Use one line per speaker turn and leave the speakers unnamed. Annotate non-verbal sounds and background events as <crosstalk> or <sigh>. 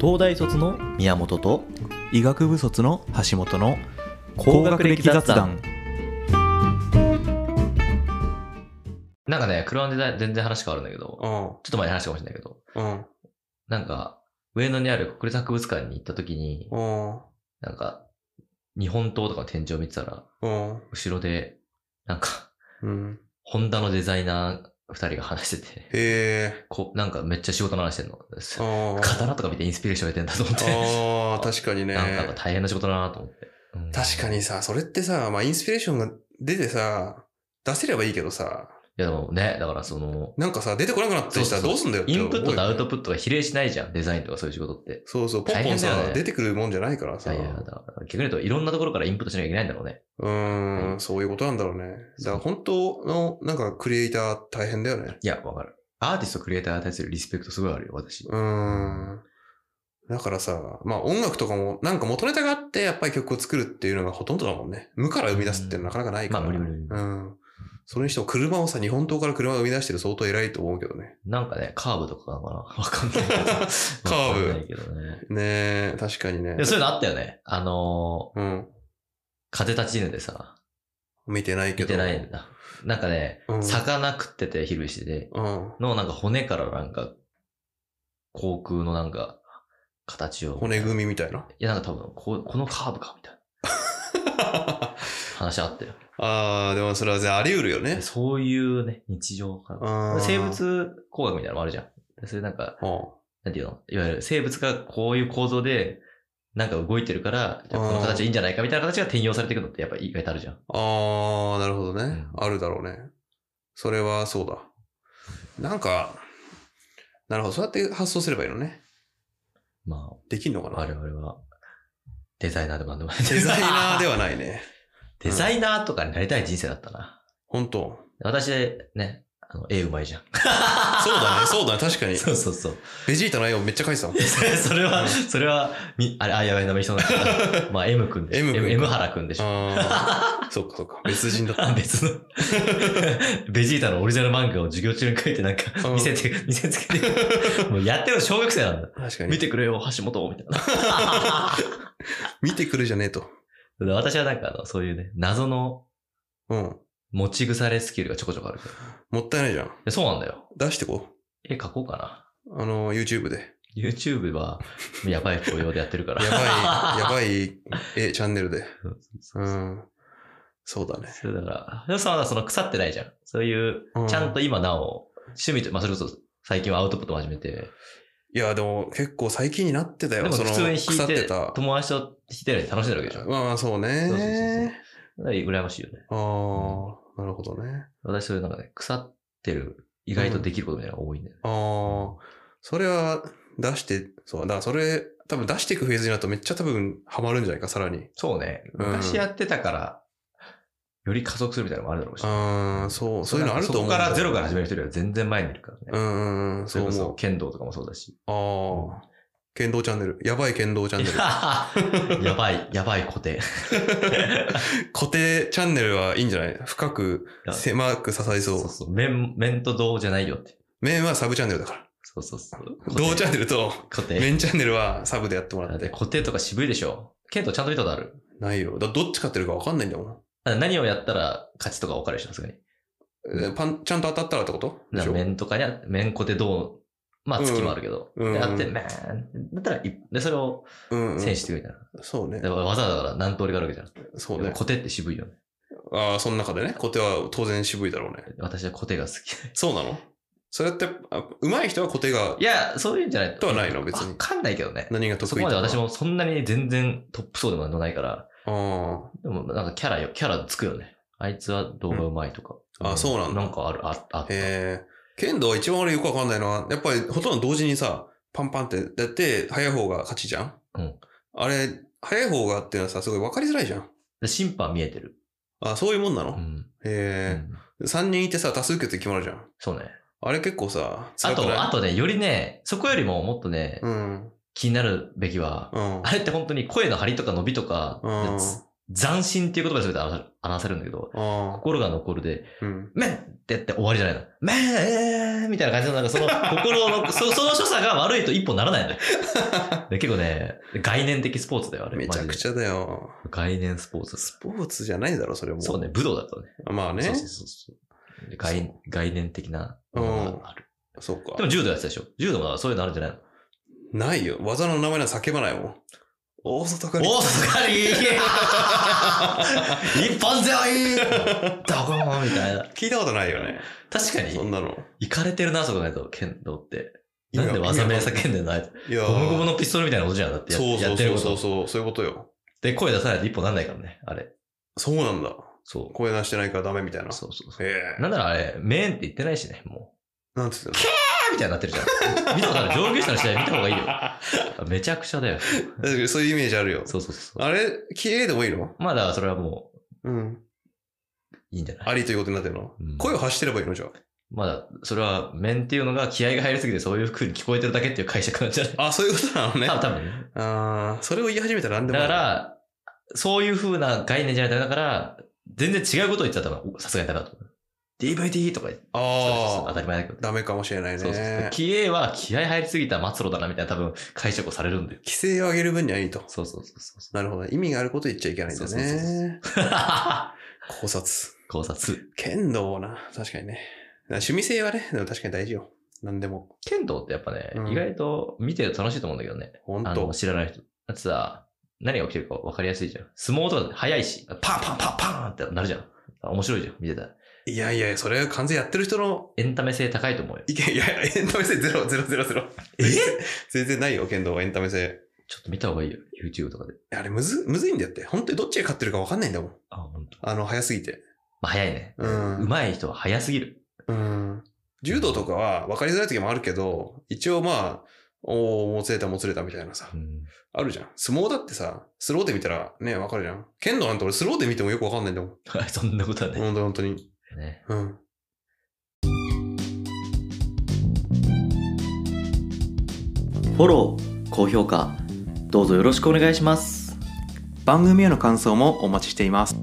東大卒の宮本と
医学部卒の橋本の
高学歴雑談
なんかね、車でだ全然話変わるんだけど、
う
ちょっと前に話したかもしれないけど、
ん。
なんか、上野にある国立博物館に行った時に、
うん。うん。
なんか、日本刀とかの天井見てたら、
うん。
後ろで、なんか、
うん。
ホンダのデザイナー二人が話してて、
へえ。
こなんかめっちゃ仕事の話してんの。
あ
刀とか見てインスピレーション得てんだと思って。
あー、確かにね。
なんかやっぱ大変な仕事だなと思って。うん
確か。
い
にさ、それってさ、まあ、インスピレーションが出てさ、出せればいいけどさ、
やでもね、だからその、
なんかさ、出てこなくなったりしたら
そうそうそう
どうすんだよって
イ
思うよ
ンプットとアウト
ね
プットが比例しないじゃん、デザインとかそういう仕事って。
そうそう、ポン
大
ポン
変だよ
さ、
ね
出てくるもんじゃないから
い
さ。
やいや、だから逆に言うといろんなところからインプットしなきゃいけないんだろうね。
うーん、そういうことなんだろうね。だから本当の、なんかクリエイター大変だよね。
いや、わかる。アーティスト、クリエイターに対するリスペクトすごいあるよ、私。
うーん。だからさ、まあ音楽とかも、なんか元ネタがあって、やっぱり曲を作るっていうのがほとんどだもんね。無から生み出すっていうのはなかなかないから。
まあ無理無理無理
うん。それにしても車をさ、日本刀から車を生み出してる相当偉いと思うけど
<laughs>
ね。
なんかね、カーブとかなの <laughs> かなわかんない。
<laughs> カーブ
わかんないけどね。
ねえ、確かにね
でも。そういうのあったよね。あのー、
うん。
風立ちぬでさ、
見てないけ
見
ど。
てないんだ。なんかね、
うん
魚食ってて、昼飯で、
うん。
のなんか骨からなんか、航空のなんか、形を。
骨組みみたいな。 <laughs>
いや、なんか多分こ、このカーブか、みたいな
あ
話あったよ。
あ、でもそれは全然あり得るよね。
そういうね、日常から。
あー
生物工学みたいなのもあるじゃん。でそれなんか、
うん
なんていうのいわゆる生物がこういう構造で、なんか動いてるから、じゃあこの形いいんじゃないかみたいな形が転用されていくのってやっぱ意外とあるじゃん。
ああ、なるほどね、
ん
あるだろうね。それはそうだ。なんか、なるほど。そうやって発想すればいいのね。
ま
できんのか
あ、我
な
々は、デザイナーでもなんでもない。
デザイナーで
は。
はないね。
<laughs> デザイナーとかになりたい人生だったな。
本当
私、ね、あの、絵うまいじゃん。
そうだね、そうだね、確かに。
そうそうそう。 <laughs>
ベジータの絵をめっちゃ描いてたもん。
それは、それは、み、あれ、あ、やばい、なめ
<laughs>
そうになった。まあ、M 君でしょ。
M 君
M 原君でしょ。
ああ、そっかそっか。別人だった。
<laughs> あ別の、ベジータのオリジナル漫画を授業中に書いてなんか
うん
見せて、見せつけて、
<laughs>
もうやってるの小学生なんだ。
確かに。
見
見て
てくれよ、橋本みたい
くるじゃねえと。
な。私はなんかあの、そういうね、謎の
うん。
持ち腐れスキルがちょこちょこあるから。
もったいないじゃん。
でそうなんだよ。
出してこ
絵描こうかな。
う。あの、YouTube で。
YouTube は、やばい雇用でやってるから。
や
<laughs>
ばい、やばい絵チャンネル
そ
で。。
うそううそうん
そうだね。
それだから、でもさ、まだその腐ってないじゃん。そういう
う、ん
ちゃんと今なお、趣味と、まあ、それこそ最近はアウトプットも始めて、
いや、でも結構最近になってたよ。
でも
そ
普
の
通に
腐
弾い
って
て
た、。
友達と弾いてるより楽しんでるわけでしょ。
まあまあそうね。
そうそうだから羨ましいよね。
ああ、なるほどね。
私そういうなんかね、腐ってる、意外とできることみたいなのが多いんだよね。
ああ、それは出して、そう、だからそれ、多分出していくフェーズになるとめっちゃ多分ハマるんじゃないか、さらに。
そうね。
うん
昔やってたから、より加速するみたいなのもあるだろうし。
ああ、そう、そういうのあると思うん
そこ
だ
からゼロから始める人よりは全然前にいるから
う
ね。
んうんうん、
そ
そ
れ
う
こそ
思
剣道とかもそうだ
<laughs>
し。
う。ああ、剣道チャンネル。やばい剣道チャンネル。
やばい、やばい固定。
固定チャンネルはいいんじゃない深く、狭く支えそう
そう。そう。面、面と銅じゃないよって。
面はサブチャンネルだか
そうそうそう。
ら。同チャンネ
ル
ルと
固定。
面チャンネルはサブでやってもら
だ
っ
って
て。
固定とか渋いでしょ。剣道ちゃんと見たことある
ないよ。だどっち勝ってるか分かんないんだもん。
だから何をやったら勝ちとか分かるでしょ、さすがに。
えパン、ちゃんと当たったらってことで
だ
し
から
ょ
面とかにあ、面コテどう、まあ月もあるけど、
うん
であって、
うん
メーンだったらい、で、それを
うん、うん。
選手してくれたら、
そうね
だ。からわざわざ何通りがあるわけじゃん。
そう
で
ね
も。コテって渋いよね。
ああ、その中でね、小手は当然渋いだろうね。
私はコテが好き。
そうなのそれって、あ上手い人は小手が
いや、そういうんじゃない
とはないの別に
わかんないけどね。
何が得意
そこまで私
も。
もそんなに全然トップ層でもなんでもないから、
あ
でもなんかキャラよ、キャラつくよね。あいつは動画うまいとか。
うんあそうなんだ
なんかある、ああっ
あ、
た。
へえ。剣道は一番俺よくわかんないのは、やっぱりほとんど同時にさ、パンパンってやって、早い方が勝ちじゃん
うん。
あれ、早い方がっていうのはさ、すごい分かりづらいじゃん。
で審判見えてる。
あそういうもんな
う
の、へ
ん。う
え。
ん
三人いてさ、多数決で決まるじゃん。
そうね。
あれ結構さ、
あ
辛くない
と、あとね、よりね、そこよりももっとね、
うん。
気になるべきは、
うん。
あれって本当に声の張りとか伸びとか、
うん
つ斬新っていう言葉で全て表さ表せるんだけど、
あ
心が残るで、
あ。うん。
めんってやって終わりじゃないの。めんみたいな感じの、なんかそ
<laughs>
の心の、そその所作が悪いと一歩ならないのよで結構ね、概念的スポーツだよ、あれ。
めちゃくち
ゃ。
ゃだよ。
概念スポーツ。
スポーツじゃないだろ、それも。
そうね、武道だったね。
まあね。
そ
そうう
そうそうそうで概概念的なものがある。
か
で。も柔道やってたでしょ柔道もだからそういうのあるんじゃないの
ないよ。技の名前なんて叫ばないもん。大外刈り。
大阪に一本背負いドコーンみたいな。
聞いたことないよね。
確か
そん
に、
なの。
行かれてるな、そう考えると、剣道って。
いや
なんで技名叫んでんのあいつ
いや、
ゴムゴムのピストルみたいなことじゃん。だってや
そう
や
そ
っ
う
てるこ
そうそう
と。
そう、そういうことよ。
で、声出さないと一歩なんないからね、あれ。
そうなんだ。
そ
声出してないからダメみたいな。
う。そうそうそ
へ
う。
え。
なんならあれ、メーンって言ってないしね、もう。 <laughs>
なんつって
あーみたいになってるじゃん。見た <laughs> ことある。上級者の試合見た方がいいよ。 <laughs> めちゃくちゃだよ。
確かにそういうイメージあるよ。
そうそうそう。
あれ、綺麗でもいいの
まあだからそれはも
うん。
う、いいんじゃない
ありということになってるの
うん
声を発してればいいのじゃ
まだ、それは、面っていうのが気合が入りすぎてそういう風に聞こえてるだけっていう解釈なんじゃない
あ。あ、そういうことなのね。
多分
あ
多分ね。
あー、それを言い始めたら何で
だ
も
か
ある、
ら、そういう風な概念じゃないとだから、全然違うことを言ってたら多分、おさすがにダメだと思う。DVD とか言って当
あ
た
あ、
り前だけど。
ダメかもしれないね。
そうそうそう。気鋭は気合入りすぎた末路だなみたいな多分解釈をされるんだよ。
規制を上げる分にはいいと。
そうそうそうそうそ
なるほど。意味があることを言っちゃいけないんだ
そうそうそう
ね。
う。
考察。
<laughs> 考察。
剣道はな、確かにね。趣味性はね、でも確かに大事よ。何でも。
剣道ってやっぱね、
うん
意外と見てると楽しいと思うんだけどね。
本
あ
当
の、知らない人。だってさ、何が起きてるか分かりやすいじゃん。相撲とかだって早いし、パンパンパンパンってなるじゃん。面白いじゃん、見てたら。
いやいや、それは完全やってる人の
エンタメ性高いと思うよ。
意見、いやいや、エンタメ性ゼロ、ゼロ、ゼロ、ゼロ。
え
全然ないよ、剣道はエンタメ性。
ちょっと見た方がいいよ、YouTube とかで。
いやあれ、むず、むずいんだよって。本当にどっちが勝ってるか分かんないんだもん。
あ、本当。
あの、早すぎて。
まあ早いね。
うん
上手い人は早すぎる。
うん。柔道とかは分かりづらい時もあるけど、一応まあ、おー、もつれたもつれたみたいなさ
う。ん <laughs>
あるじゃん。相撲だってさ、スローで見たらね、分かるじゃん。剣道なんて俺スローで見てもよく分かんないんだもん。
そんなことはね。
本当に本当に。
ね
うん。
フォロー高評価どうぞよろしくお願いします
番組への感想もお待ちしています